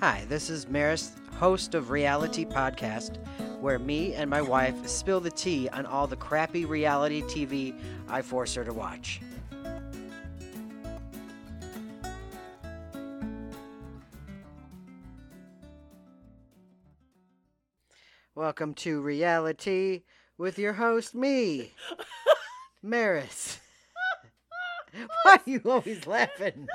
Hi, this is Maris, host of Reality Podcast, where me and my wife spill the tea on all the crappy reality TV I force her to watch. Welcome to Reality with your host, me, Maris. Why are you always laughing?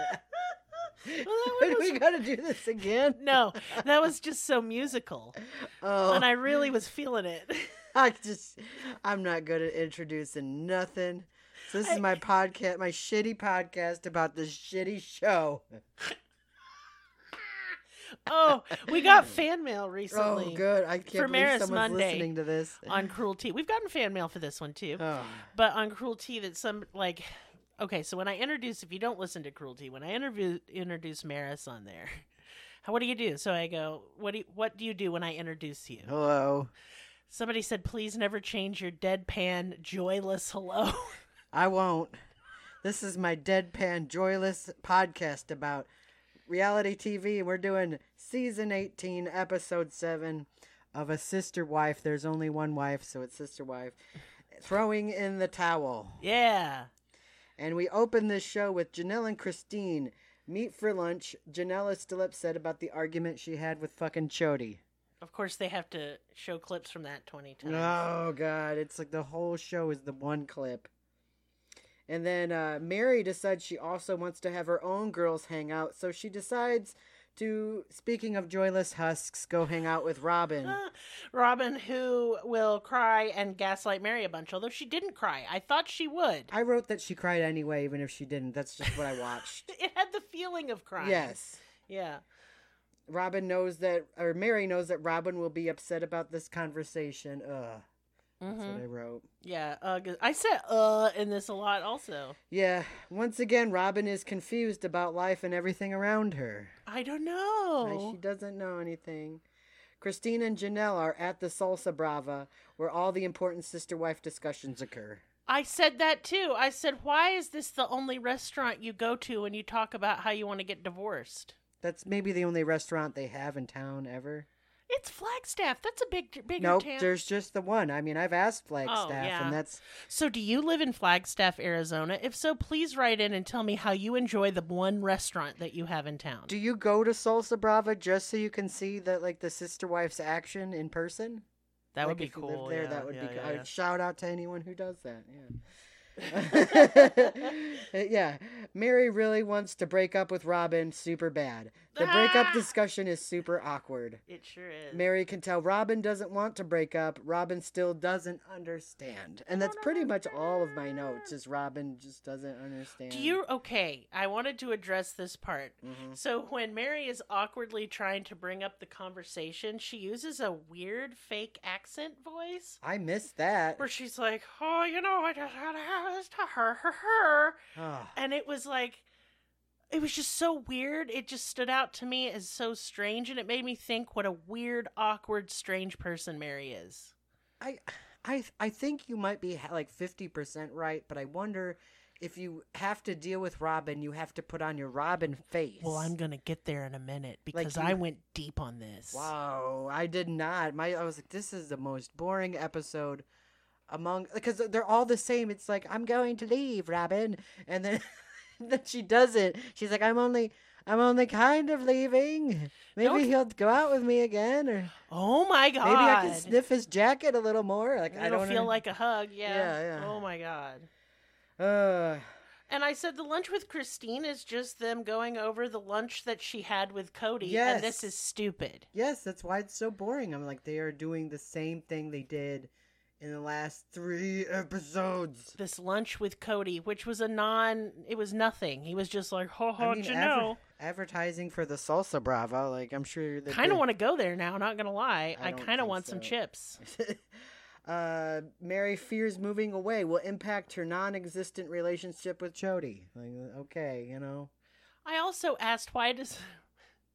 Well, that Are one was- we gotta do this again? no, that was just so musical, Oh, and I really was feeling it. I just I'm not good at introducing nothing. So this is I- my podcast, my shitty podcast about this shitty show. Oh, we got fan mail recently Oh, good! I can't believe Maris someone's Monday listening to this. on cruelty. We've gotten fan mail for this one too, Oh, but on cruelty that some like. Okay, so when I introduce, if you don't listen to cruelty, when I interview introduce Maris on there, how what do you do? So I go, what do you, what do you do when I introduce you? Oh. hello! Somebody said, please never change your deadpan, joyless hello. I won't. This is my deadpan, joyless podcast about reality TV. We're doing season 18, episode 7 of A Sister Wife. There's only one wife, so it's Sister Wife. Throwing in the towel. yeah, And we open this show with Janelle and Christine meet for lunch. Janelle is still upset about the argument she had with fucking Chody. of course they have to show clips from that twenty times. Oh god, it's like the whole show is the one clip. And then uh, Mary decides she also wants to have her own girls hang out, so she decides to, speaking of joyless husks, go hang out with Robin. Robin, who will cry and gaslight Mary a bunch, although she didn't cry. I thought she would. I wrote that she cried anyway, even if she didn't. That's just what I watched. It had the feeling of crying. yes. Yeah. Robin knows that, or Mary knows that Robin will be upset about this conversation. Ugh. That's hmm what I wrote. Yeah. Uh, I said uh in this a lot also. Yeah, once again, Robin is confused about life and everything around her. I don't Like, know. She doesn't know anything. Christine and Janelle are at the Salsa Brava, where all the important sister wife discussions occur. I said that too. I said, why is this the only restaurant you go to when you talk about how you want to get divorced? That's maybe the only restaurant they have in town ever. It's Flagstaff. That's a big, bigger nope, town. there's just the one. I mean, I've asked Flagstaff, yeah. and that's So, do you live in Flagstaff, Arizona? If so, please write in and tell me how you enjoy the one restaurant that you have in town. Do you go to Salsa Brava just so you can see that like the sister wife's action in person? that Like, would be if you lived cool. there, yeah, that would yeah, be. yeah, I yeah. would shout out to anyone who does that. Yeah. yeah. Mary really wants to break up with Robin super bad. The breakup Ah! discussion is super awkward. It sure is. Mary can tell Robin doesn't want to break up. Robin still doesn't understand. And that's pretty much all of my notes is Robin just doesn't understand. Do you okay? I wanted to address this part. Mhm. So when Mary is awkwardly trying to bring up the conversation, she uses a weird fake accent voice I missed that. where she's like, "Oh, you know, I just gotta have this to her, her, her," Ah. and it was like, it was just so weird. It just stood out to me as so strange, and it made me think what a weird, awkward, strange person Mary is. I, I, th- I think you might be ha- like fifty percent right, but I wonder if you have to deal with Robin, you have to put on your Robin face. Well, I'm gonna get there in a minute Like because you- I went deep on this. Wow, I did not. My, I was like, this is the most boring episode among because they're all the same. It's like I'm going to leave, Robin, and then then she doesn't. She's like, I'm only. I'm only kind of leaving. Maybe Don't- he'll go out with me again, or Oh my god! maybe I can sniff his jacket a little more. Like It'll I don't feel know. like a hug. Yeah. Yeah, yeah. Oh my god. Uh, And I said the lunch with Christine is just them going over the lunch that she had with Cody. And this Yes. is stupid. Yes, that's why it's so boring. I'm like, they are doing the same thing they did in the last three episodes. This lunch with Cody, which was a non, it was nothing. He was just like, ho ho, you adver- know. advertising for the salsa brava. Like, I'm sure they Kind of did- want to go there now. Not gonna lie. I I, don't kind of think want some so. chips. uh, Mary fears moving away will impact her non-existent relationship with Jody. Like, okay, you know. I also asked why does,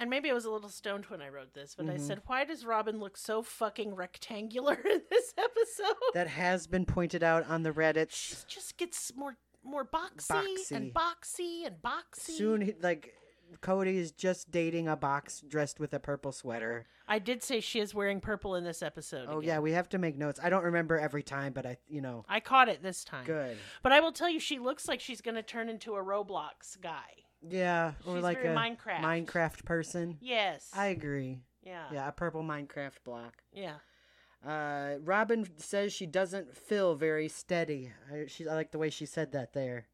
and maybe I was a little stoned when I wrote this, but I Mhm. said why does Robin look so fucking rectangular in this episode? That has been pointed out on the Reddit. she just gets more more boxy, and boxy and boxy. Soon, he- like Cody is just dating a box dressed with a purple sweater. I did say she is wearing purple in this episode. Oh again. yeah, we have to make notes. I don't remember every time, but I you know I caught it this time. good. But I will tell you, she looks like she's going to turn into a Roblox guy. Yeah, or She's like very a Minecraft. Minecraft person. Yes. I agree. Yeah. Yeah. Yeah, a purple Minecraft block. Yeah. Uh, Robin says she doesn't feel very steady. I, she, I like the way she said that there.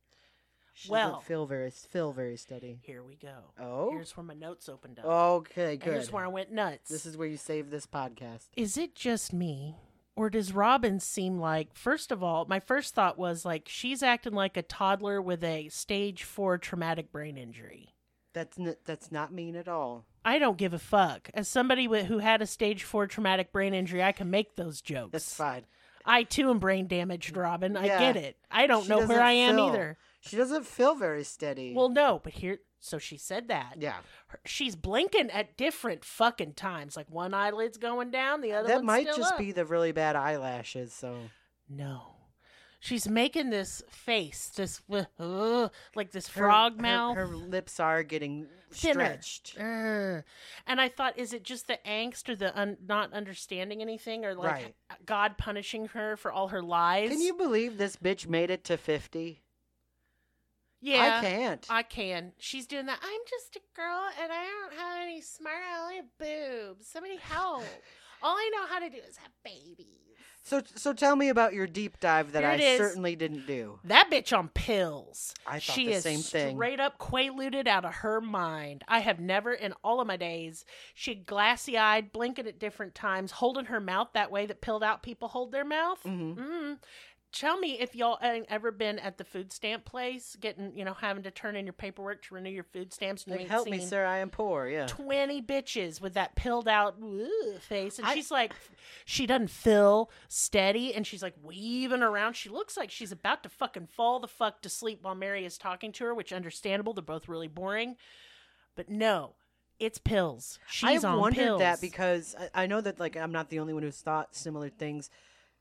She Well- doesn't feel very feel very steady. Here we go. Oh, Here's where my notes opened up. okay, And good. Here's where I went nuts. this is where you save this podcast. is it just me or does robin seem like first of all my first thought was like she's acting like a toddler with a stage 4 traumatic brain injury That's n- that's not mean at all. i don't give a fuck as somebody wi- who had a stage 4 traumatic brain injury i can make those jokes That's fine. i too am brain damaged robin i Yeah. get it i don't She know doesn't where i am feel- either She doesn't feel very steady. well no but here so she said that yeah, Her- she's blinking at different fucking times like one eyelid's going down the other that one's might still just up. be the really bad eyelashes. So No. She's making this face, this w- ugh, like this Her- frog her- mouth. Her, lips are getting Thinner. stretched. Ugh. Uh, And I thought, is it just the angst or the un- not understanding anything, or like Right. God punishing her for all her lies? Can you believe this bitch made it to fifty? Yeah, I can't. I can. She's doing that. I'm just a girl, and I don't have any smart. I only have boobs. Somebody help! all I know how to do is have babies. So, so tell me about your deep dive that Here I it is. certainly didn't do. That bitch on pills. I thought she the is same thing. straight up quaaluded out of her mind. I have never in all of my days she glassy eyed, blinking at different times, holding her mouth that way that pilled out people hold their mouth. Mhm. Mm. Tell me if y'all ain't ever been at the food stamp place, getting you know having to turn in your paperwork to renew your food stamps. And you Like, ain't help me, seen sir. I am poor. Yeah. Twenty bitches with that pilled out "Ooh," face, and I- she's like, she doesn't feel steady, and she's like weaving around. She looks like she's about to fucking fall the fuck to sleep while Mary is talking to her, which understandable. They're both really boring, but no, it's pills. She's I on wondered pills. that because I, I know that like I'm not the only one who's thought similar things.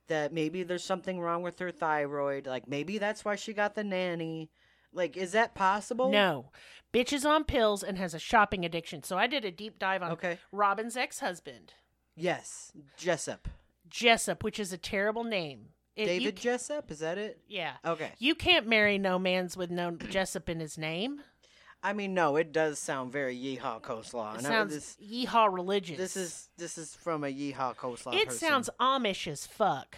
That maybe there's something wrong with her thyroid. Like maybe that's why she got the nanny. Like, is that possible? no, bitch is on pills and has a shopping addiction. So I did a deep dive on Okay. Robin's ex-husband, Yes, Jessup. Jessup, which is a terrible name. It- you David ca- Jessup. Is that it? yeah. Okay. You can't marry no man's with no Jessup in his name. I mean, no, it does sound very yeehaw coleslaw. It And I, sounds Oh, this, yeehaw religious. this is this is from a yeehaw coleslaw. it person. sounds Amish as fuck,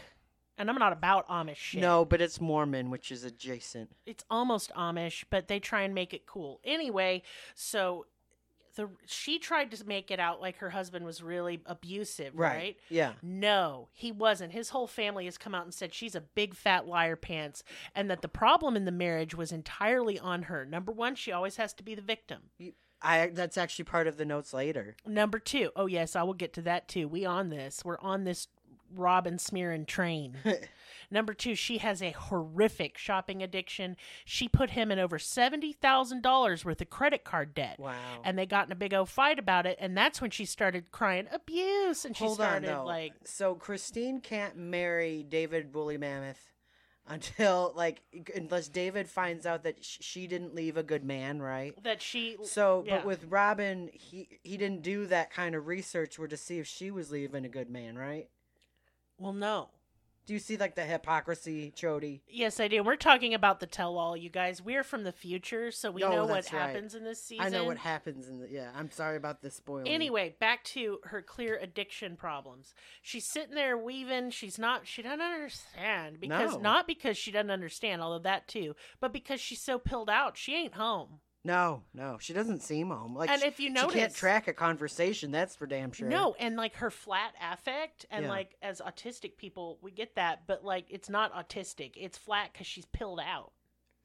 and I'm not about Amish shit. No, but it's Mormon, which is adjacent. it's almost Amish, but they try and make it cool anyway. So the she tried to make it out like her husband was really abusive, right? Yeah. No, he wasn't. His whole family has come out and said she's a big fat liar pants and that the problem in the marriage was entirely on her. Number 1, she always has to be the victim. I that's actually part of the notes later. Number two, oh yes, I will get to that too. We on this. We're on this Robin smearing train. Number two, she has a horrific shopping addiction. She put him in over seventy thousand dollars worth of credit card debt. Wow. And they got in a big old fight about it, and that's when she started crying abuse, and she Hold started on, though. like, so Christine can't marry David Woolly Mammoth until like unless David finds out that sh- she didn't leave a good man, right? that she So, yeah. but with Robin, he he didn't do that kind of research where to see if she was leaving a good man, right? well no. Do you see like the hypocrisy, Chody? Yes, I do. We're talking about the tell-all, you guys. We're from the future, so we Oh, know what that's right. happens in this season. I know what happens in the yeah. I'm sorry about the spoiling. Anyway, back to her clear addiction problems. She's sitting there weaving. She's not. She doesn't understand because No. not because she doesn't understand, although that too, but because she's so pilled out. She ain't home. no, no, she doesn't seem home. Like and she, if you she notice, can't track a conversation. That's for damn sure. no, and like her flat affect, and Yeah. like as autistic people, we get that, but like it's not autistic. It's flat because she's pilled out.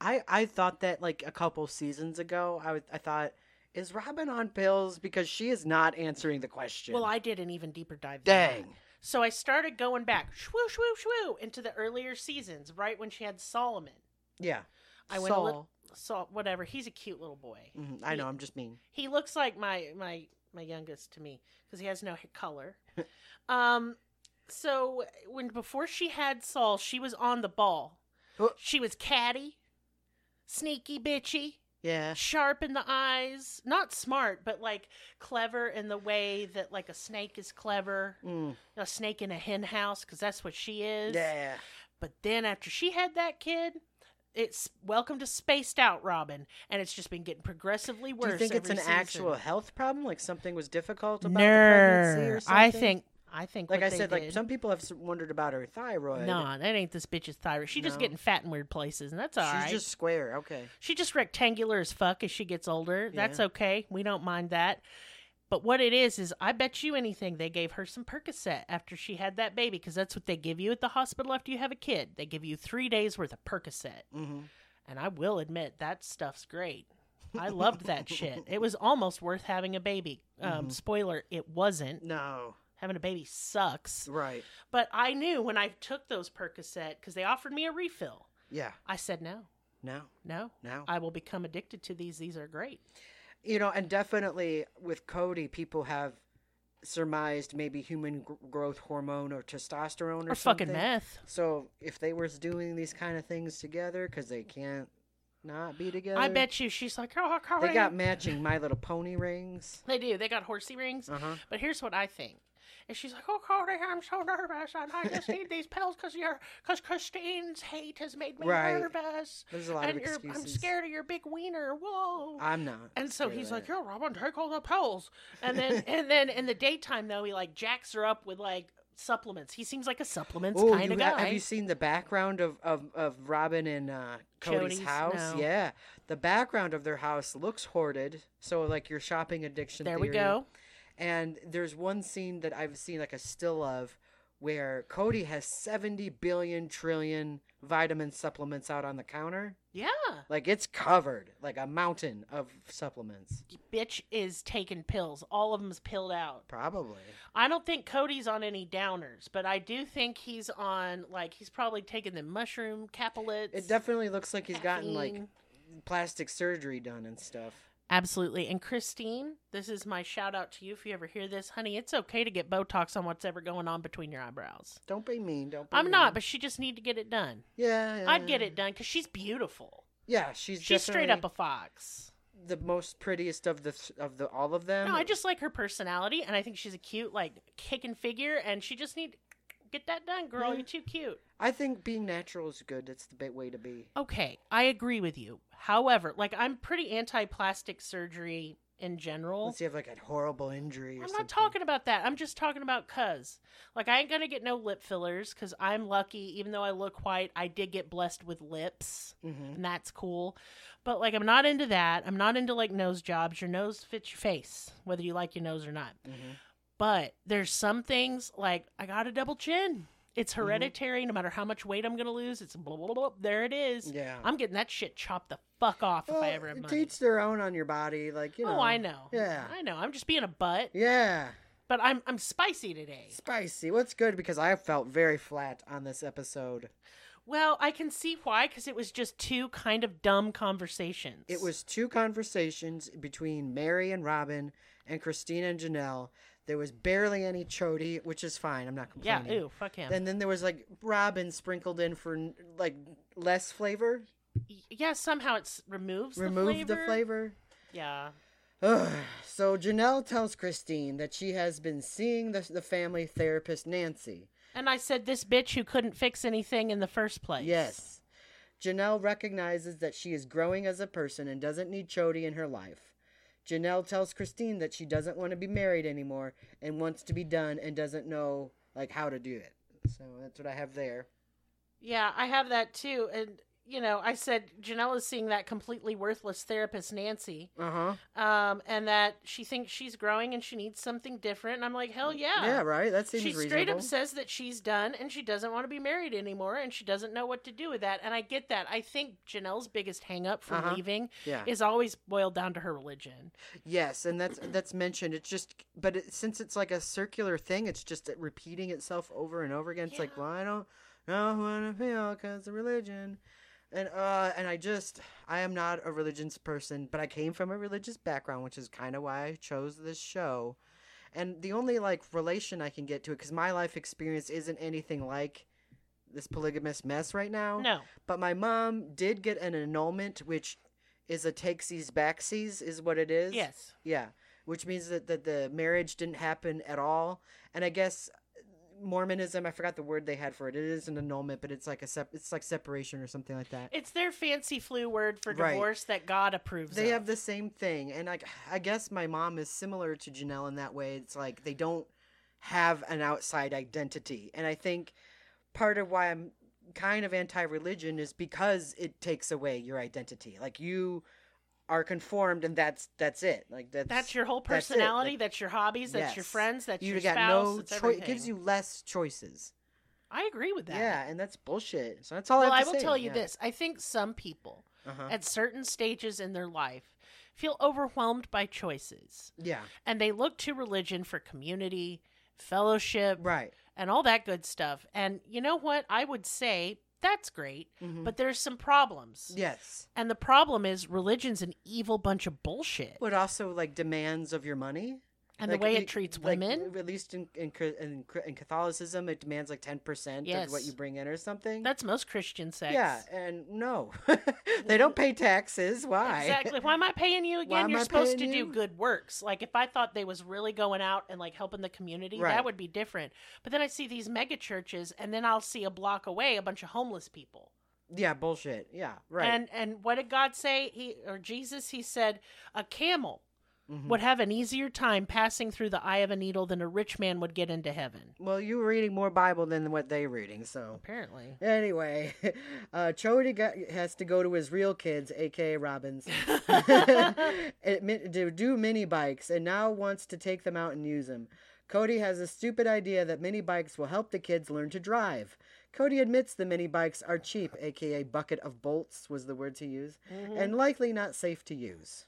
I I thought that like a couple seasons ago. I was I thought is Robin on pills because she is not answering the question. Well, I did an even deeper dive. than that. dang. So I started going back, shwoo, shwoo, shwoo, into the earlier seasons, right when she had Solomon. Yeah. I went a Saul. little so whatever. He's a cute little boy. Mhm, I know. I'm just mean. He looks like my my my youngest to me because he has no hair color. um, so when before she had Oh. Saul, she was on the ball. Huh. She was catty, sneaky, bitchy. Yeah. sharp in the eyes, not smart, but like clever in the way that like a snake is clever, Mm. a snake in a hen house, because that's what she is. Yeah. But then after she had that kid, it's welcome to spaced out Robin, and it's just been getting progressively worse. Do you think it's an every season. actual health problem? Like something was difficult about the pregnancy No, or something? I think I think Like what I they said, like did- some people have s- wondered about her thyroid. Nah, that ain't this bitch's thyroid. She just No. getting fat in weird places, and that's all She's right. just square. Okay. She just rectangular as fuck as she gets older. That's okay. We don't mind that. But what it is is, I bet you anything, they gave her some Percocet after she had that baby, because that's what they give you at the hospital after you have a kid. They give you three days worth of Percocet, Mm-hmm. and I will admit that stuff's great. I loved that shit. It was almost worth having a baby. Um, Mhm. Spoiler: it wasn't. No. Having a baby sucks. Right. But I knew when I took those Percocet because they offered me a refill. Yeah. I said no, No. no. No. I will become addicted to these. These are great. you know, and definitely with Cody, people have surmised maybe human gr- growth hormone or testosterone or, or fucking something. meth. So if they were doing these kind of things together, because they can't not be together, I bet you she's like, oh, how they got matching My Little Pony rings. They do. They got horsey rings. Uh huh. But here's what I think. And she's like, "Oh, Cody, I'm so nervous, and I just need these pills because your, because Christine's hate has made me Right. nervous, There's a lot and of you're, excuses. I'm scared of your big wiener." Whoa! I'm not. And so scared of he's that. like, "Yo, Robin, take all the pills." And then, and then in the daytime though, he like jacks her up with like supplements. He seems like a supplements Oh, kind you of ha- guy. have you seen the background of, of, of Robin and uh, Cody's Jody's? house? No. Yeah, the background of their house looks hoarded. So like your shopping addiction. there we theory. go. And there's one scene that I've seen like a still of where Cody has 70 billion trillion vitamin supplements out on the counter. Yeah, Like it's covered, like a mountain of supplements. bitch is taking pills. All of them's pilled out. Probably. I don't think Cody's on any downers, but I do think he's on like he's probably taking the mushroom capillets. It definitely looks like he's gotten like caffeine. plastic surgery done and stuff. absolutely. And Christine, this is my shout out to you if you ever hear this, honey. It's okay to get Botox on what's ever going on between your eyebrows. Don't be mean. Don't be I'm mean. not, but she just need to get it done. yeah, yeah. I'd get it done because she's beautiful. Yeah, Uh, she's She's straight up definitely a fox. the most prettiest of the of the all of them. No, I just like her personality, and I think she's a cute, like kicking figure, and she just need get that done, girl. Yeah. You're too cute. I think being natural is good. That's the best way to be. Okay, I agree with you. However, like I'm pretty anti plastic surgery in general. Unless you have like a horrible injury. I'm Or not something. talking about that. I'm just talking about cuz. Like I ain't going to get no lip fillers cuz I'm lucky even though I look white, I did get blessed with lips Mm-hmm. and that's cool. But like I'm not into that. I'm not into like nose jobs. Your nose fits your face whether you like your nose or not. Mm-hmm. But there's some things like I got a double chin. It's Mm-hmm. hereditary no matter how much weight I'm going to lose. It's blah, blah, blah, blah. There it is. Yeah. I'm getting that shit chopped the fuck off if I Well, ever have money. Teach their own on your body, like you know. oh, I know. Yeah. I know. I'm just being a butt, Yeah, but I'm I'm spicy today. spicy. What's good because I felt very flat on this episode. Well, I can see why because it was just two kind of dumb conversations. It was two conversations between Mary and Robin and Christina and Janelle. There was barely any chody, which is fine. I'm not yeah. complaining. Ooh, fuck him. And then there was like Robin sprinkled in for like less flavor, Y- yeah. Somehow it's removes remove the the flavor. flavor. Yeah. Ugh. So Janelle tells Christine that she has been seeing the, the family therapist Nancy. And I said this bitch who couldn't fix anything in the first place. Yes. Janelle recognizes that she is growing as a person and doesn't need Chody in her life. Janelle tells Christine that she doesn't want to be married anymore and wants to be done and doesn't know like how to do it. So that's what I have there. Yeah, I have that too. And you know, I said Janelle is seeing that completely worthless therapist Nancy. Uh-huh. um, and that she thinks she's growing and she needs something different. And I'm like, hell yeah. Yeah, right. That Oh. She seems reasonable. straight up says that she's done and she doesn't want to be married anymore and she doesn't know what to do with that. And I get that. I think Janelle's biggest hang up for Uh-huh. leaving yeah. is always boiled down to her religion. Yes, and that's that's mentioned. It's just but it, since it's like a circular thing, it's just repeating itself over and over again. It's like, Yeah. well, I don't know who I feel because of religion. And uh and I just I am not a religious person, but I came from a religious background, which is kind of why I chose this show. And the only like relation I can get to it cuz my life experience isn't anything like this polygamous mess right now. No. But my mom did get an annulment, which is a takesies backsies is what it is. Yes. Yeah, which means that, that the marriage didn't happen at all. And I guess Mormonism, I forgot the word they had for it. It is an annulment, but it's like a sep- it's like separation or something like that. It's their fancy flu word for Right. divorce that God approves They of. have the same thing, and I, I guess my mom is similar to Janelle in that way. It's like they don't have an outside identity, and I think part of why I'm kind of anti-religion is because it takes away your identity. Like you are conformed, and that's that's it. Like that's that's your whole that's it. personality, Like, that's, your hobbies, that's your yes. friends, that's you your got spouse, no it's choice. It gives everything. you less choices. I agree with that. Yeah, and that's bullshit. So that's all. well, I, I have to will say. tell you Yeah. this. I think some people Uh-huh. at certain stages in their life feel overwhelmed by choices yeah, and they look to religion for community, fellowship, right. and all that good stuff. And you know what? I would say that's great, Mhm. but there's some problems. yes, And the problem is religion's an evil bunch of bullshit. but also like demands of your money. and Like, the way you- it treats like, women, at least in in, Chri- in Chri- in Catholicism, it demands like ten percent of what Yes. you bring in or something. that's most Christian sex. yeah, and no, they don't pay taxes. Why? Exactly. Why am I paying you Why again? am You're I supposed to paying do you? good works. Like if I thought they was really going out and like helping the community, Right. that would be different. But then I see these mega churches and then I'll see a block away a bunch of homeless people. Yeah, bullshit. Yeah, right. And and what did God say? He or Jesus, he said, a camel Mhm. would have an easier time passing through the eye of a needle than a rich man would get into heaven. Well, you were reading more Bible than what they're reading, so. Apparently. Anyway, uh, Chody got, has to go to his real kids, aka Robbins, it, mi- to do mini bikes, and now wants to take them out and use them. Cody has a stupid idea that mini bikes will help the kids learn to drive. Cody admits the mini bikes are cheap, aka bucket of bolts was the words he used, Mm-hmm. and likely not safe to use.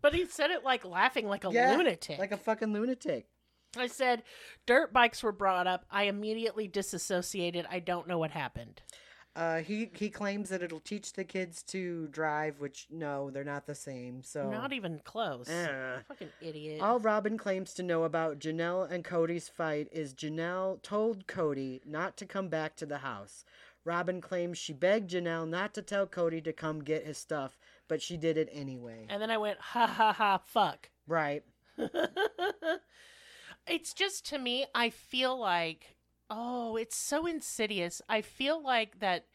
But he said it like laughing like a Yeah, lunatic. Like a fucking lunatic. I said, dirt bikes were brought up. I immediately disassociated. I don't know what happened. Uh, he he claims that it'll teach the kids to drive, which no, they're not the same. So Not even close. Eh. Fucking idiot. All Robin claims to know about Janelle and Cody's fight is Janelle told Cody not to come back to the house. Robin claims she begged Janelle not to tell Cody to come get his stuff, but she did it anyway. And then I went, ha ha ha, fuck. Right. it's just to me, I feel like, oh, it's so insidious. I feel like that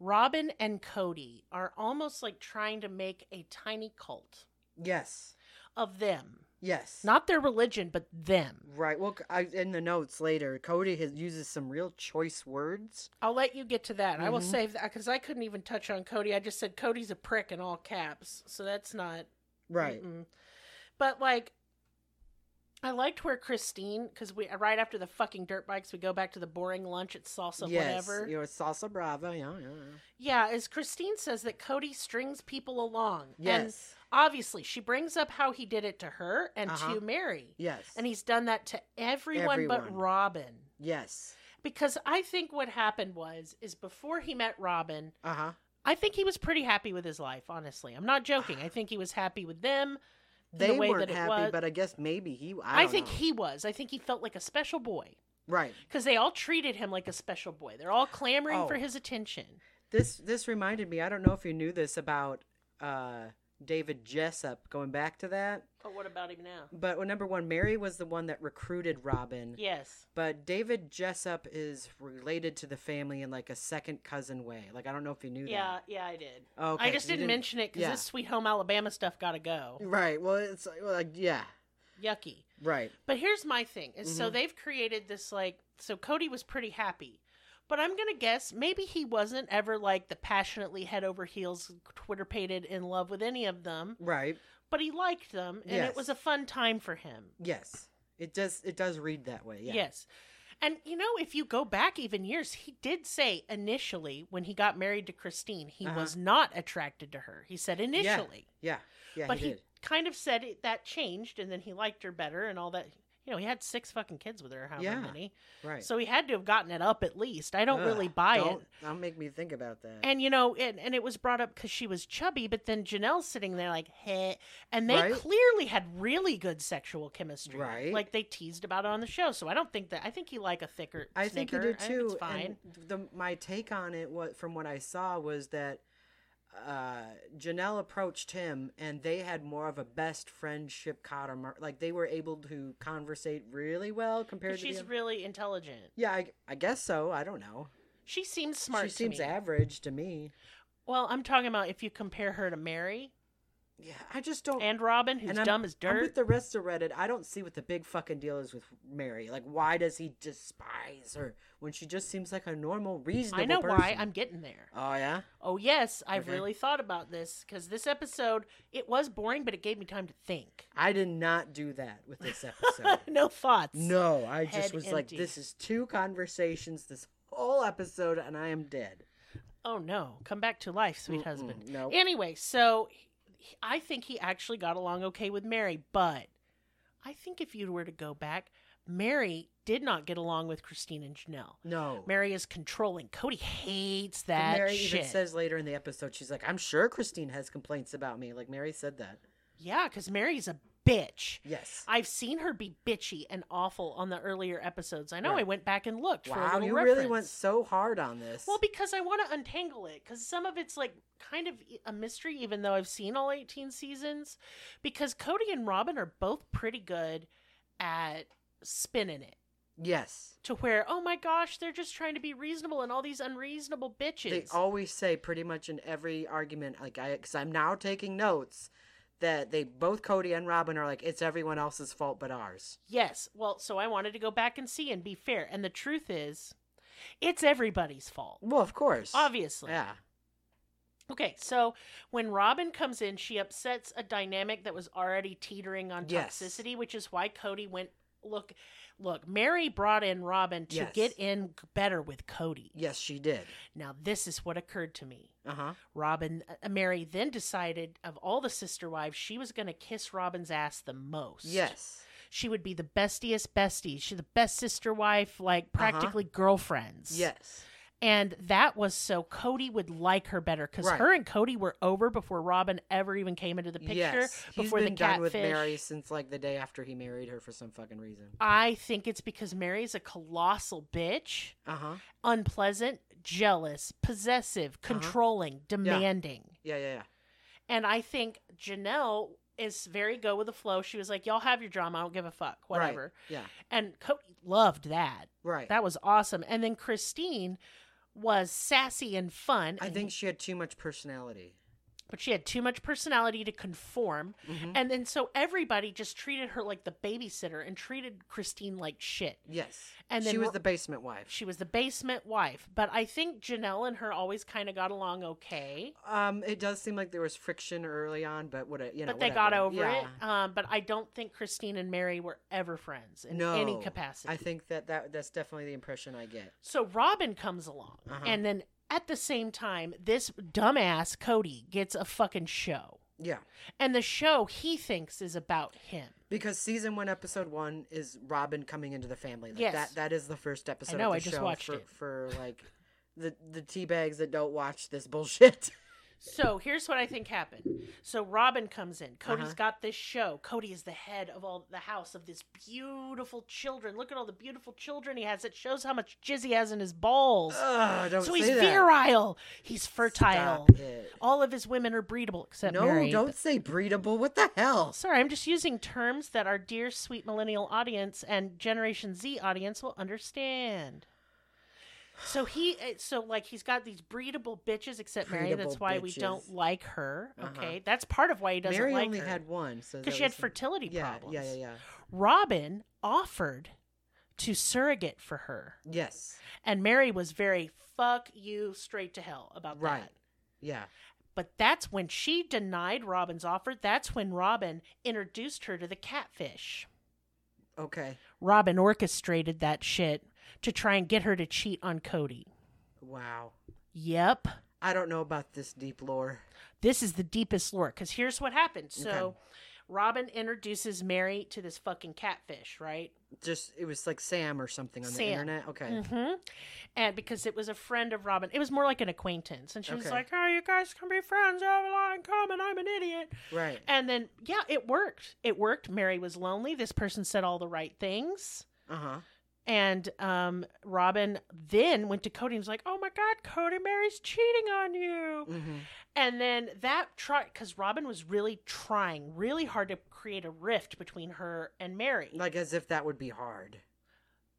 Robin and Cody are almost like trying to make a tiny cult Yes. of them. Yes. Not their religion, but them. right. Well, c- I, in the notes later, Cody has, uses some real choice words. I'll let you get to that. I will Mhm. save that because I couldn't even touch on Cody. I just said Cody's a prick in all caps. So that's not. Right. Mm-mm. But like, I liked where Christine because we right after the fucking dirt bikes, we go back to the boring lunch at salsa yes. whatever. You know, salsa brava. Yeah. yeah, yeah. Yeah, as Christine says that Cody strings people along. And Yes. obviously, she brings up how he did it to her and Uh-huh. to Mary, yes. and he's done that to everyone, but Everyone. Robin. yes. Because I think what happened was is before he met Robin, Uh huh. I think he was pretty happy with his life, honestly. I'm not joking. I think he was happy with them. the They way weren't that it happy, was- but I guess maybe he. I, I, don't think know. he was. I think he felt like a special boy Right. because they all treated him like a special boy. They're all clamoring for Oh. his attention. This this reminded me. I don't know if you knew this about uh, David Jessup. Going back to that, But what about him now? but well, number one, Mary was the one that recruited Robin. Yes. But David Jessup is related to the family in like a second cousin way. Like I don't know if you knew Yeah, yeah, I did. that. Mm. Okay, I just you didn't, mention it because yeah. this Sweet Home Alabama stuff got to go. Right. Well, it's like, well, like yeah. Yucky. Right. But here's my thing is so Mm-hmm. they've created this like so Cody was pretty happy. But I'm gonna guess maybe he wasn't ever like the passionately head over heels Twitter pated in love with any of them, Right. but he liked them and Yes. it was a fun time for him. Yes. It does. It does read that way. Yeah. Yes. And you know, if you go back even years, he did say initially when he got married to Christine, he Uh-huh. was not attracted to her. He said initially. Yeah. Yeah. but he, he, did. kind of said it, that changed and then he liked her better and all that you know he had six fucking kids with her however Yeah, many Right. so he had to have gotten it up at least i don't really Ugh, buy don't, it Don't make me think about that. and you know and, and it was brought up because she was chubby but then janelle's sitting there like hey and they Right. clearly had really good sexual chemistry Right. like they teased about it on the show so i don't think that i think he like a thicker I think you snicker. do I think too. it's fine And the my take on it, what from what I saw was that uh, Janelle approached him, and they had more of a best friendship cottermar. Like they were able to conversate really well compared to. She's the, really intelligent. yeah, I, I guess so. I don't know. She seems smart. she seems to me. average to me. Well, I'm talking about if you compare her to Mary Yeah, I just don't. and Robin, Oh, who's And I'm- dumb as I'm with dirt. the rest of Reddit. I don't see what the big fucking deal is with Mary. Like, why does he despise her when she just seems like a normal, reasonable? I know person? why. I'm getting there. Oh yeah. Oh yes, I've Okay. really thought about this because this episode it was boring, but it gave me time to think. I did not do that with this episode. no thoughts. no, I just Head was like, empty. this is two conversations this whole episode, and I am dead. Oh no, come back to life, sweet Mm-mm, husband. No. Anyway, so he- I think he actually got along okay with Mary, but I think if you were to go back, Mary did not get along with Christine and Janelle. no. Mary is controlling. Cody hates that And Mary shit. even says later in the episode, she's like, I'm sure Christine has complaints about me. Like, Mary said that. yeah, because Mary's a bitch. Yes. I've seen her be bitchy and awful on the earlier episodes. I know I Right. went back and looked for a wow, little you reference. really went so hard on this. Well, because I want to untangle it, because some of it's like kind of e, a mystery, even though I've seen all 18 seasons. Because Cody and Robin are both pretty good at spinning it yes. to where, oh my gosh, they're just trying to be reasonable and all these unreasonable bitches. They always say pretty much in every argument, like, I, because I'm now taking notes that they both, Cody and Robin, are like, it's everyone else's fault but ours. yes. Well, so I wanted to go back and see and be fair. And the truth is, it's everybody's fault, Well, of course. obviously. Yeah. Okay, so when Robin comes in, she upsets a dynamic that was already teetering on Yes. toxicity, which is why Cody went look look, Mary brought in Robin to Yes. get in g- better with Cody. Yes, she did. Now, this is what occurred to me. Uh huh. Robin uh, Mary then decided of all the sister wives, she was going to kiss Robin's ass the most. Yes. She would be the bestiest bestie. She's the best sister wife, like practically girlfriends. Uh-huh. Yes. And that was so Cody would like her better because Right. her and Cody were over before Robin ever even came into the picture. yes. He's before the been done with catfish. Mary since like the day after he married her for some fucking reason. I think it's because Mary's a colossal bitch, Uh huh. unpleasant, jealous, possessive, Uh-huh. controlling, demanding. Yeah, yeah, yeah. And I think Janelle is very go with the flow. She was like, Y'all have your drama. I don't give a fuck. Whatever. Yeah. And Cody loved that. Right. That was awesome. And then Christine was sassy and fun. I and- think she had too much personality. but she had too much personality to conform. Mhm. And then so everybody just treated her like the babysitter and treated Christine like shit. Yes. And then she was Ro- the basement wife. she was the basement wife, but I think Janelle and her always kind of got along okay. Um, it does seem like there was friction early on, but what a, you know. but they got whatever. over yeah. it. Um, but I don't think Christine and Mary were ever friends in no any capacity. I think that, that that's definitely the impression I get. so Robin comes along, Uh-huh. and then at the same time, this dumbass Cody gets a fucking show, Yeah. and the show he thinks is about him. Because season one, episode one is Robin coming into the family. Like Yes. that that is the first episode of know, the I just show watched for, it. for like the the tea bags that don't watch this bullshit. So here's what I think happened. So Robin comes in. Cody's Uh-huh. got this show. Cody is the head of all the house of this beautiful children. Look at all the beautiful children he has. It shows how much jizz he has in his balls. Ugh, Oh, don't so say he's that. virile. He's fertile. Stop it. All of his women are breedable except No, Mary. don't say breedable. What the hell? Sorry, I'm just using terms that our dear sweet millennial audience and Generation Z audience will understand. So he, eh, so like he's got these breedable bitches, except Mary. That's Breedable why we don't bitches. like her. Uh-huh. Okay, that's part of why he doesn't Mary like only her. had one, so that because she had was- fertility yeah, problems. Yeah, yeah, yeah. Robin offered to surrogate for her, Yes, and Mary was very "fuck you" straight to hell about Right. that. yeah. But that's when she denied Robin's offer. That's when Robin introduced her to the catfish. Okay. Robin orchestrated that shit to try and get her to cheat on Cody. Wow. Yep. I don't know about this deep lore. This is the deepest lore because here's what happened. So Okay. Robin introduces Mary to this fucking catfish, right? Just it was like Sam or something on the Sam. internet. Okay. hmm And because it was a friend of Robin, it was more like an acquaintance. And she was Okay. like, "Oh, you guys can be friends. You have a lot in common. I'm an idiot." Right. And then, yeah, it worked. It worked. Mary was lonely. This person said all the right things. Uh huh. And um, Robin then went to Cody and was like, "Oh my God, Cody, Mary's cheating on you." hmm And then that try because Robin was really trying really hard to create a rift between her and Mary, Like as if that would be hard.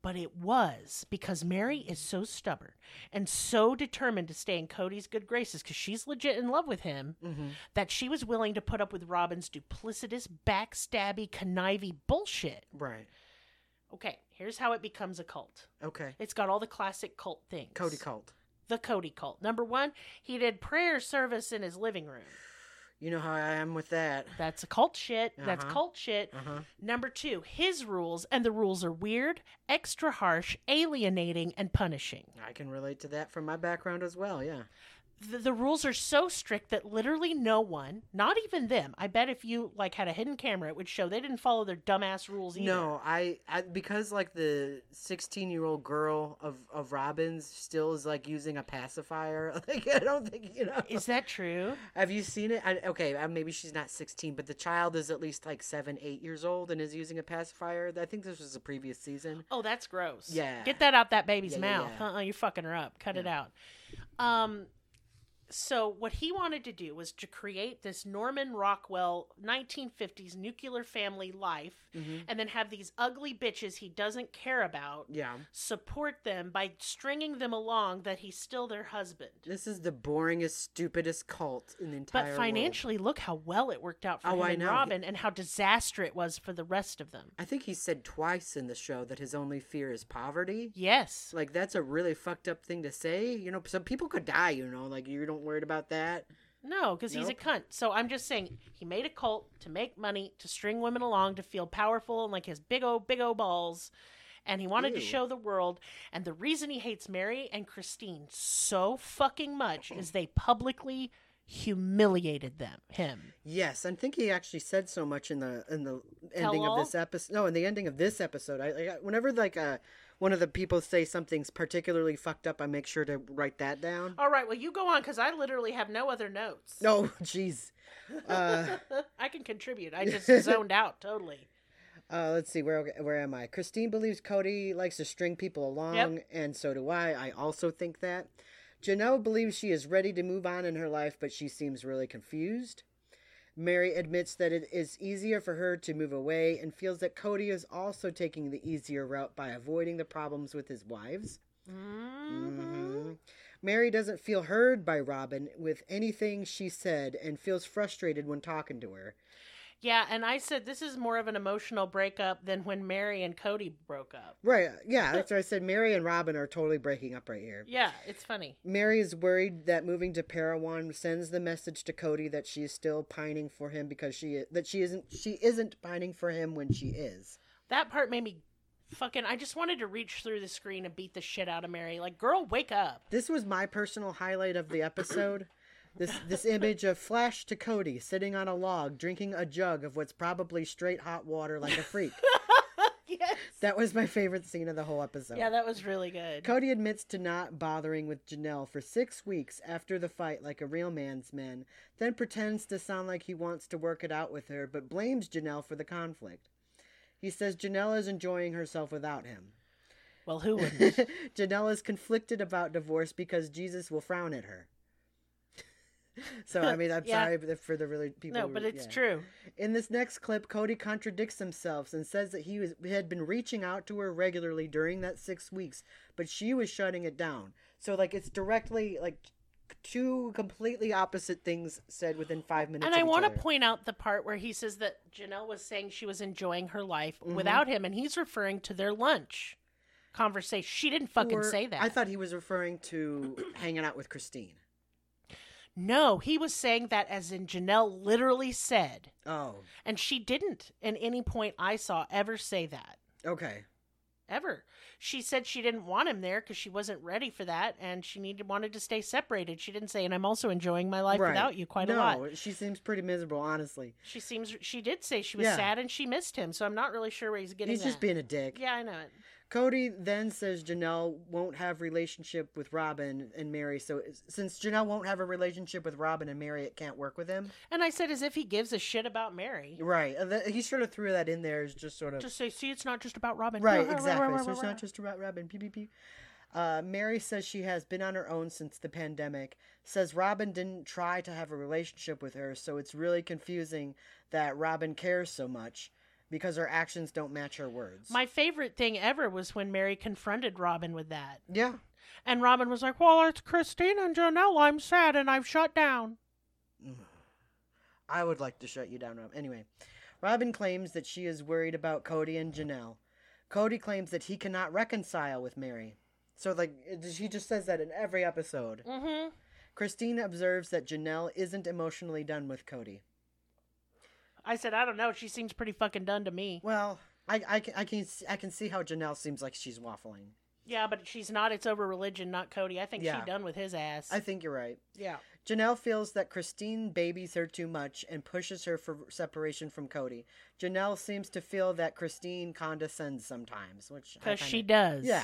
but it was because Mary is so stubborn and so determined to stay in Cody's good graces because she's legit in love with him Mm-hmm. that she was willing to put up with Robin's duplicitous, backstabby, conniving bullshit. Right. Okay, here's how it becomes a cult. Okay. It's got all the classic cult things. Cody cult. The Cody cult. Number one, he did prayer service in his living room. You know how I am with that. That's a cult shit. That's Uh-huh. cult shit. Uh huh. Number two, his rules, and the rules are weird, extra harsh, alienating, and punishing. I can relate to that from my background as well. Yeah. The, the rules are so strict that literally no one, not even them, I bet if you like had a hidden camera, it would show they didn't follow their dumbass rules either. No, I, I because like the 16 year old girl of of Robin's still is like using a pacifier. Like I don't think you know. Is that true? Have you seen it? I, okay, uh, maybe she's not 16, but the child is at least like seven, eight years old and is using a pacifier. I think this was the previous season. Oh, that's gross. Yeah. Get that out that baby's Yeah, yeah, mouth. yeah. Uh-uh, you're fucking her up. Cut it out. Um so what he wanted to do was to create this Norman Rockwell 1950s nuclear family life Mhm. and then have these ugly bitches he doesn't care about Yeah. support them by stringing them along that he's still their husband. This is the boringest, stupidest cult in the entire But world. financially, look how well it worked out for Oh, him I and know. He- Robin, and how disaster it was for the rest of them. I think he said twice in the show that his only fear is poverty. Yes, Like that's a really fucked up thing to say. You know, some people could die. You know, like you don't worried about that. No, because he's a Nope. cunt. So I'm just saying he made a cult to make money, to string women along, to feel powerful and like his big o big o balls. And he wanted to Ew. show the world. And the reason he hates Mary and Christine so fucking much is they publicly humiliated them him. Yes, I think he actually said so much in the in the ending Tell-all? of this episode. No, in the ending of this episode. I, I whenever like uh one of the people say something's particularly fucked up, I make sure to write that down. All right, well you go on because I literally have no other notes. No, jeez. Uh, I can contribute. I just zoned out totally. uh, let's see where where am I? Christine believes Cody likes to string people along, and so do I. I also think that. Janelle believes she is ready to move on in her life, but she seems really confused. Mary admits that it is easier for her to move away and feels that Cody is also taking the easier route by avoiding the problems with his wives. Mhm. Mhm. Mary doesn't feel heard by Robin with anything she said and feels frustrated when talking to her. Yeah, and I said this is more of an emotional breakup than when Mary and Cody broke up. Right, yeah, that's what I said. Mary and Robin are totally breaking up right here. Yeah, it's funny. Mary is worried that moving to Parawan sends the message to Cody that she is still pining for him because she that she isn't she isn't pining for him when she is. That part made me fucking. I just wanted to reach through the screen and beat the shit out of Mary. Like, girl, wake up. This was my personal highlight of the episode. This this image of Flash to Cody sitting on a log drinking a jug of what's probably straight hot water like a freak. Yes. that was my favorite scene of the whole episode. Yeah, that was really good. Cody admits to not bothering with Janelle for six weeks after the fight like a real man's man, then pretends to sound like he wants to work it out with her, but blames Janelle for the conflict. He says Janelle is enjoying herself without him. Well, who wouldn't? Janelle is conflicted about divorce because Jesus will frown at her. so, I mean, I'm Yeah. sorry but for the really people. No, who- but it's yeah. true. In this next clip, Cody contradicts himself and says that he was, had been reaching out to her regularly during that six weeks, but she was shutting it down. So, like, it's directly like two completely opposite things said within five minutes. And I want want to point out the part where he says that Janelle was saying she was enjoying her life Mm-hmm. without him, and he's referring to their lunch conversation. She didn't fucking say that. I thought he was referring to hanging out with Christine. no, he was saying that as in Janelle literally said, Oh, and she didn't at any point I saw ever say that. okay. ever. She said she didn't want him there because she wasn't ready for that, and she needed wanted to stay separated. She didn't say, "And I'm also enjoying my life Right. without you quite no, a lot." she seems pretty miserable, honestly. She seems she did say she was Yeah. sad and she missed him, so I'm not really sure where he's getting. He's just that. being a dick. Yeah, I know it. Cody then says Janelle won't have relationship with Robin and Mary. So since Janelle won't have a relationship with Robin and Mary, it can't work with him. And I said, as if he gives a shit about Mary. Right. and that- He sort of threw that in there as just sort of Just say, see, it's not just about Robin. right. Exactly. So it's not just about Robin. Pee, pee, pee. Uh, Mary says she has been on her own since the pandemic. Says Robin didn't try to have a relationship with her, so it's really confusing that Robin cares so much because her actions don't match her words. My favorite thing ever was when Mary confronted Robin with that. yeah, And Robin was like, Well, it's Christine and Janelle. I'm sad and I've shut down. I would like to shut you down, Rob. Anyway, Robin claims that she is worried about Cody and Janelle. Cody claims that he cannot reconcile with Mary. So, like, it- she just says that in every episode. Mm-hmm. Christine observes that Janelle isn't emotionally done with Cody. I said, I don't know. She seems pretty fucking done to me. Well, I, I, can, I, can, s- I can see how Janelle seems like she's waffling. Yeah, but she's not. It's over religion, not Cody. I think Yeah. she done with his ass. I think you're right. yeah. Janelle feels that Christine babies her too much and pushes her for separation from Cody. Janelle seems to feel that Christine condescends sometimes, which I Because kinda- she does. Yeah.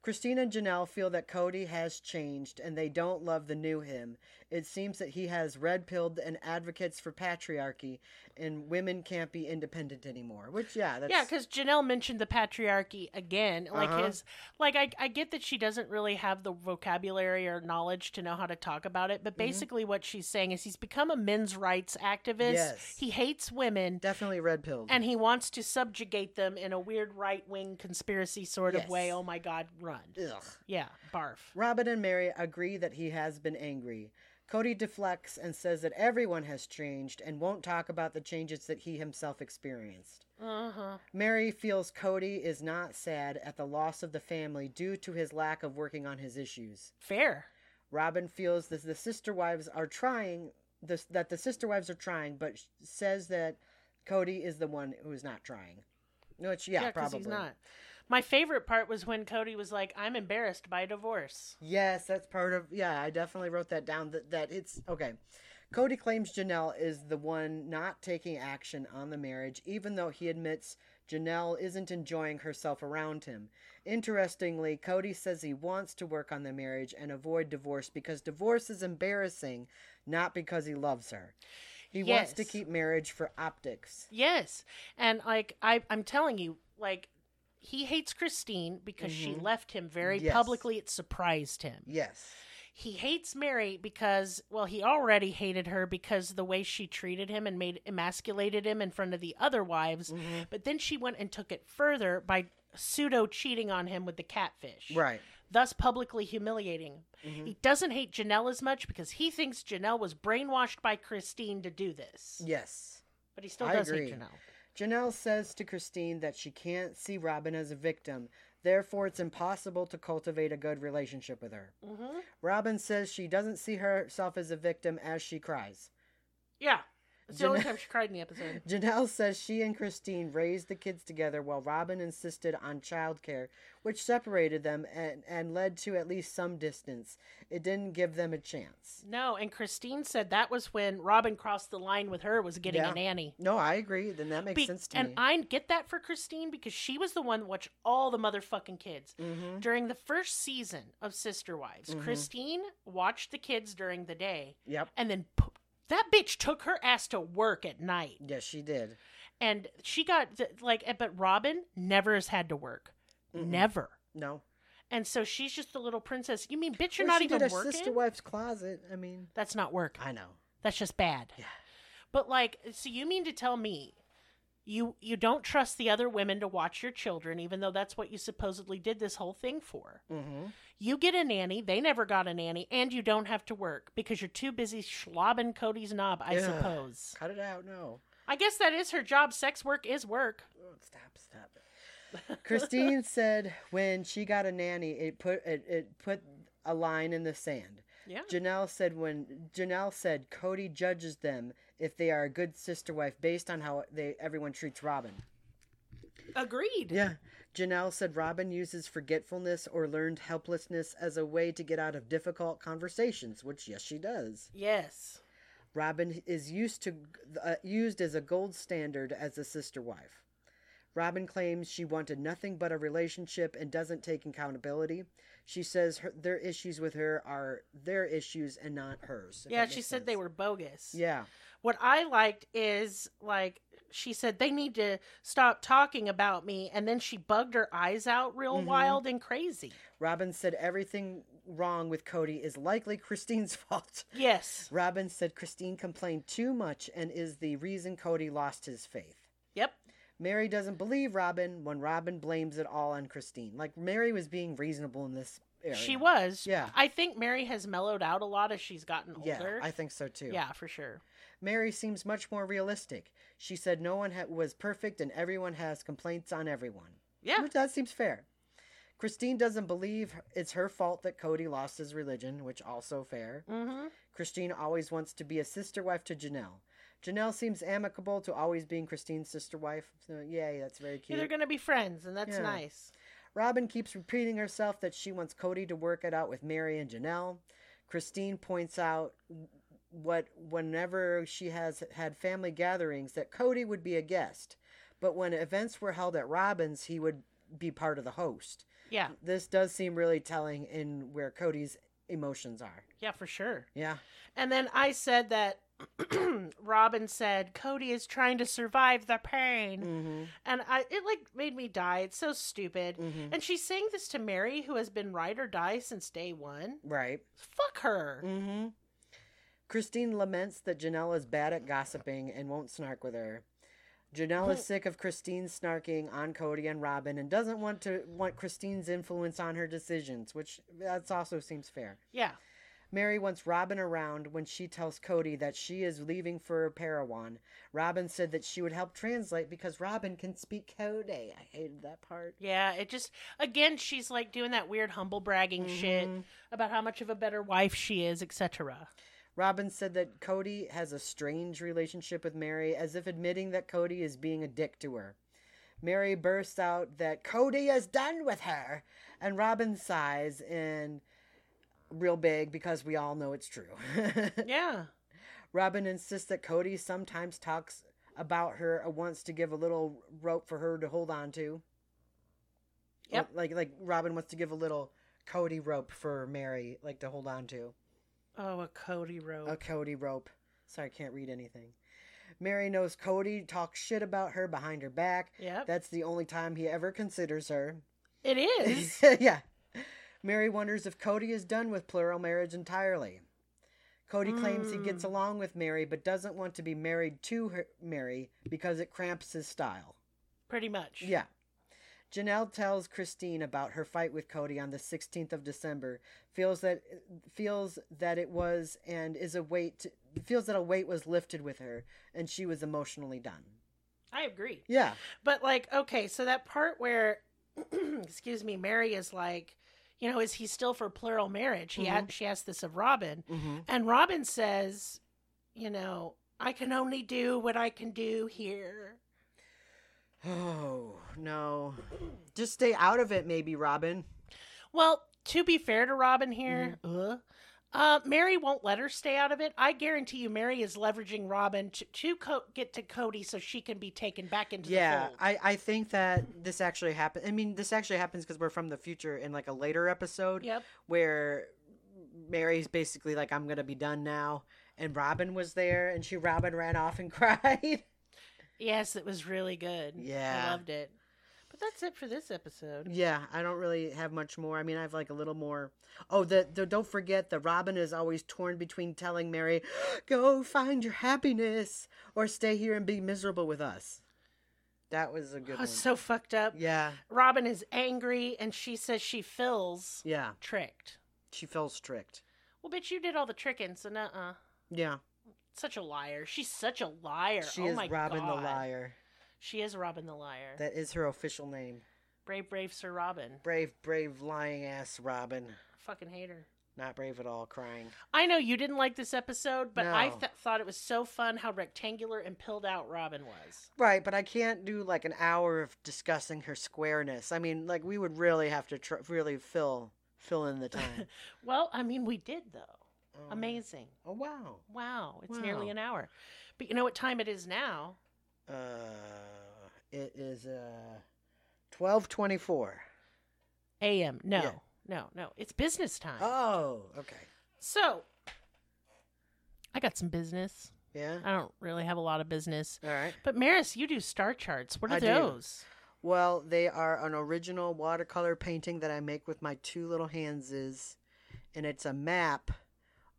Christine and Janelle feel that Cody has changed and they don't love the new him. It seems that he has red pilled and advocates for patriarchy and women can't be independent anymore. Which yeah, that's Yeah, because Janelle mentioned the patriarchy again. Like Uh-huh. his, like I, I get that she doesn't really have the vocabulary or knowledge to know how to talk about it. Mm-hmm. But basically, what she's saying is he's become a men's rights activist. Yes. He hates women definitely red pilled. and he wants to subjugate them in a weird right wing conspiracy sort of Yes. way. Oh my God, run! Ugh. Yeah, barf. Robin and Mary agree that he has been angry. Cody deflects and says that everyone has changed and won't talk about the changes that he himself experienced. Uh huh. Mary feels Cody is not sad at the loss of the family due to his lack of working on his issues. Fair. Robin feels that the sister wives are trying this that the sister wives are trying, but sh- says that Cody is the one who is not trying. Which yeah, 'cause probably He's not. My favorite part was when Cody was like, "I'm embarrassed by divorce." Yes, that's part of yeah. I definitely wrote that down. That that it's okay. Cody claims Janelle is the one not taking action on the marriage, even though he admits Janelle isn't enjoying herself around him. Interestingly, Cody says he wants to work on the marriage and avoid divorce because divorce is embarrassing, not because he loves her. He wants to Yes. keep marriage for optics. Yes, and like I, I'm telling you, like he hates Christine because she Mhm. left him very Yes. publicly. It surprised him. Yes. He hates Mary because, well, he already hated her because the way she treated him and made emasculated him in front of the other wives. Mhm. But then she went and took it further by pseudo cheating on him with the catfish, Right. thus publicly humiliating him. Mhm. He doesn't hate Janelle as much because he thinks Janelle was brainwashed by Christine to do this. Yes. But he still I does agree. hate Janelle. Janelle says to Christine that she can't see Robin as a victim, therefore, it's impossible to cultivate a good relationship with her. Mm-hmm. Robin says she doesn't see herself as a victim as she cries. Yeah. It's the only Janelle- time she cried in the episode. Janelle says she and Christine raised the kids together while Robin insisted on childcare, which separated them and, and led to at least some distance. It didn't give them a chance. No, and Christine said that was when Robin crossed the line with her was getting Yeah. a nanny. No, I agree. Then that makes Be- sense to and me. I get that for Christine because she was the one that watched all the motherfucking kids. mm-hmm. During the first season of Sister Wives, Mhm. Christine watched the kids during the day Yep. and then p- that bitch took her ass to work at night. Yes, she did. And she got th- like eh, but Robin never has had to work. Mm-mm. Never. No. And so she's just a little princess. You mean bitch you're Well, not she even did a working? sister wife's closet. I mean, That's not work. I know. That's just bad. Yeah. But like, so you mean to tell me you you don't trust the other women to watch your children, even though that's what you supposedly did this whole thing for? Mm-hmm. You get a nanny, they never got a nanny, and you don't have to work because you're too busy schlobbing Cody's knob. I Ugh. suppose. Cut it out. No. I guess that is her job. Sex work is work. Oh, Stop. Stop. Christine said when she got a nanny, it put it, it put a line in the sand. Yeah. Janelle said when Janelle said Cody judges them if they are a good sister wife based on how they everyone treats Robin. Agreed. Yeah. Janelle said Robin uses forgetfulness or learned helplessness as a way to get out of difficult conversations, which yes she does. Yes. Robin is used to uh, used as a gold standard as a sister wife. Robin claims she wanted nothing but a relationship and doesn't take accountability. She says her, their issues with her are their issues and not hers. if Yeah. that She makes said they sense. were bogus. Yeah, What I liked is like she said they need to stop talking about me, and then she bugged her eyes out real Mhm. wild and crazy. Robin said everything wrong with Cody is likely Christine's fault. Yes. Robin said Christine complained too much and is the reason Cody lost his faith. Yep. Mary doesn't believe Robin when Robin blames it all on Christine. Like Mary was being reasonable in this area. She was. Yeah. I think Mary has mellowed out a lot as she's gotten Yeah, older. I think so too. yeah, for sure. Mary seems much more realistic. She said no one ha- was perfect and everyone has complaints on everyone. Yeah. Which that seems fair. Christine doesn't believe it's her fault that Cody lost his religion, which also fair. Mm-hmm. Christine always wants to be a sister wife to Janelle. Janelle seems amicable to always being Christine's sister wife. So, yay, that's very Yeah, cute. they're gonna be friends, and that's Yeah. nice. Robin keeps repeating herself that she wants Cody to work it out with Mary and Janelle. Christine points out what whenever she has had family gatherings that Cody would be a guest, but when events were held at Robin's, he would be part of the host. Yeah. This does seem really telling in where Cody's emotions are. Yeah, for sure. Yeah. And then I said that Robin said Cody is trying to survive the pain, Mhm. and I it like made me die. It's so stupid. Mhm. And she's saying this to Mary, who has been ride or die since day one. Right. Fuck her. Mm-hmm. Christine laments that Janelle is bad at gossiping and won't snark with her. Janelle is sick of Christine snarking on Cody and Robin and doesn't want to want Christine's influence on her decisions, which that also seems fair. Yeah. Mary wants Robin around when she tells Cody that she is leaving for Parawan. Robin said that she would help translate because Robin can speak Cody. I hated that part. Yeah, it just again she's like doing that weird humble bragging shit Mhm. about how much of a better wife she is, etc. Robin said that Cody has a strange relationship with Mary, as if admitting that Cody is being a dick to her. Mary bursts out that Cody is done with her, and Robin sighs and real big because we all know it's true. Yeah. Robin insists that Cody sometimes talks about her and wants to give a little rope for her to hold on to. Yep. Like like Robin wants to give a little Cody rope for Mary like to hold on to. Oh, a Cody robe. A Cody rope. Sorry, I can't read anything. Mary knows Cody talks shit about her behind her back. Yep. That's the only time he ever considers her. it is. yeah. Mary wonders if Cody is done with plural marriage entirely. Cody claims he Hmm. gets along with Mary but doesn't want to be married to her, Mary because it cramps his style. Pretty much. Yeah. Janelle tells Christine about her fight with Cody on the 16th of December. Feels that feels that it was and is a weight feels that a weight was lifted with her and she was emotionally done. I agree. Yeah. But like, okay, so that part where, excuse me, Mary is like, you know, is he still for plural marriage? He a- she asked this of Robin, Mm-hmm. and Robin says, you know, I can only do what I can do here. Oh, no. Just stay out of it maybe, Robin. Well, to be fair to Robin here, Mm, uh-huh. uh, uh, Mary won't let her stay out of it. I guarantee you, Mary is leveraging Robin to, to co- get to Cody so she can be taken back into Yeah, the fold. I, I think that this actually happened. I mean, this actually happens because we're from the future in like a later episode Yep. where Mary's basically like, I'm going to be done now. And Robin was there and she, Robin ran off and cried. Yes, it was really good. Yeah. I loved it. But that's it for this episode. yeah, I don't really have much more. I mean, I have like a little more. Oh, the, the don't forget that Robin is always torn between telling Mary, go find your happiness or stay here and be miserable with us. That was a good Oh, one. so fucked up. yeah, Robin is angry and she says she feels yeah. tricked. She feels tricked. Well, bitch, you did all the tricking, so uh uh. Yeah. Such a liar. She's such a liar. She oh is my Robin God. the Liar. She is Robin the liar. That is her official name. brave, brave Sir Robin. Brave, brave, lying ass Robin. Fucking hate her. Not brave at all, crying. I know you didn't like this episode, but I No. th- thought it was so fun how rectangular and pilled out Robin was. Right, but I can't do like an hour of discussing her squareness. I mean, like we would really have to tr- really fill fill in the time. Well, I mean, we did though. Um, Amazing. Oh wow. Wow, it's nearly Wow. an hour. But you know what time it is now? Uh, it is uh, twelve twenty four. A.M. No, Yeah. Uh. no, no. It's business time. Oh, okay. So, I got some business. Yeah. I don't really have a lot of business. All right. But Maris, you do star charts. What are I do. those? Well, they are an original watercolor painting that I make with my two little hands, is, and it's a map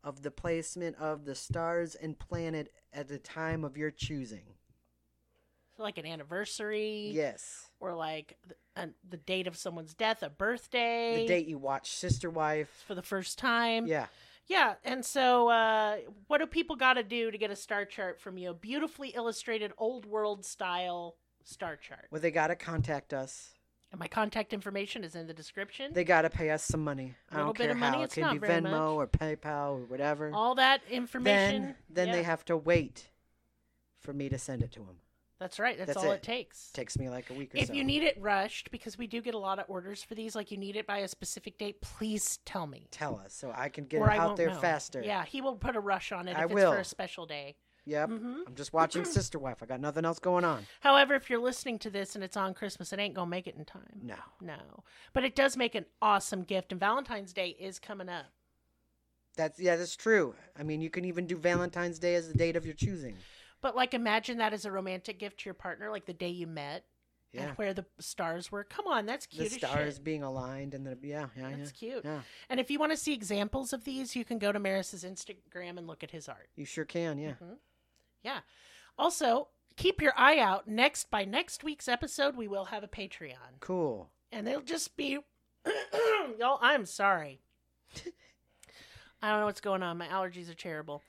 of the placement of the stars and planet at the time of your choosing. So like an anniversary Yes. or like th- an, the date of someone's death, a birthday. The date you watch Sister Wife. for the first time. Yeah. Yeah, and so uh, what do people got to do to get a star chart from you? A beautifully illustrated old world style star chart. Well, they got to contact us. And my contact information is in the description. They got to pay us some money. I Little don't bit care of money, how. It it's can not be very Venmo or PayPal or whatever. All that information. then then yeah, they have to wait for me to send it to them. That's right. That's, that's all it, it. takes. Takes me like a week or if so. you need it rushed, because we do get a lot of orders for these, like you need it by a specific date, please tell me. Tell us so I can get or it I out won't there know. faster. Yeah, he will put a rush on it I if it's will. for a special day. Yep. Mhm. I'm just watching Sister Wife. I got nothing else going on. However, if you're listening to this and it's on Christmas, it ain't gonna make it in time. No. No. But it does make an awesome gift, and Valentine's Day is coming up. That's yeah, that's true. I mean, you can even do Valentine's Day as the date of your choosing. But like, imagine that as a romantic gift to your partner, like the day you met Yeah. and where the stars were. Come on, that's cute. The as stars shit. being aligned and the yeah, yeah, yeah. That's cute. Yeah. And if you want to see examples of these, you can go to Maris's Instagram and look at his art. You sure can, yeah. Mhm. Yeah. Also, keep your eye out. Next, by next week's episode, we will have a Patreon. Cool. and they'll just be y'all i'm sorry i don't know what's going on my allergies are terrible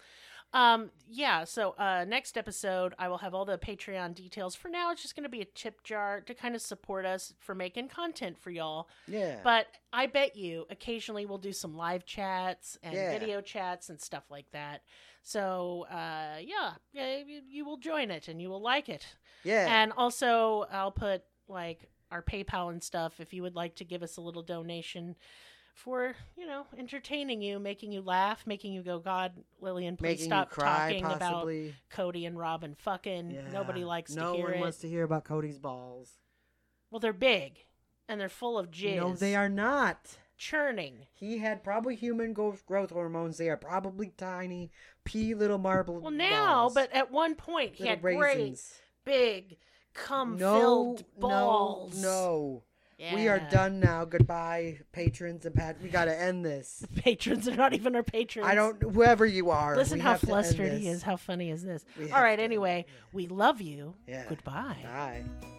um yeah so uh next episode i will have all the patreon details for now it's just going to be a chip jar to kind of support us for making content for y'all Yeah. but uh, i bet you occasionally we'll do some live chats and Yeah. video chats and stuff like that so uh yeah yeah you, you will join it and you will like it yeah. and also, I'll put like our PayPal and stuff if you would like to give us a little donation for, you know, entertaining you, making you laugh, making you go, God, Lillian, please Making you stop cry talking about possibly. Cody and Robin fucking. Yeah. Nobody likes no to hear one it. wants to hear about Cody's balls. Well, they're big and they're full of jizz. No, they are not. churning. He had probably human go- growth hormones. They are probably tiny, pea little marble. Well, now, balls. but at one point, he Little had great, raisins. big, cum no, filled balls. No, no. We are Yeah. done now. Goodbye, patrons and pat. We gotta end this. Patrons are not even our patrons. I don't. Whoever you are, Listen we how have to end flustered he this. is. How funny is this? We All have right, to end anyway, we love you. Yeah. Goodbye. Bye.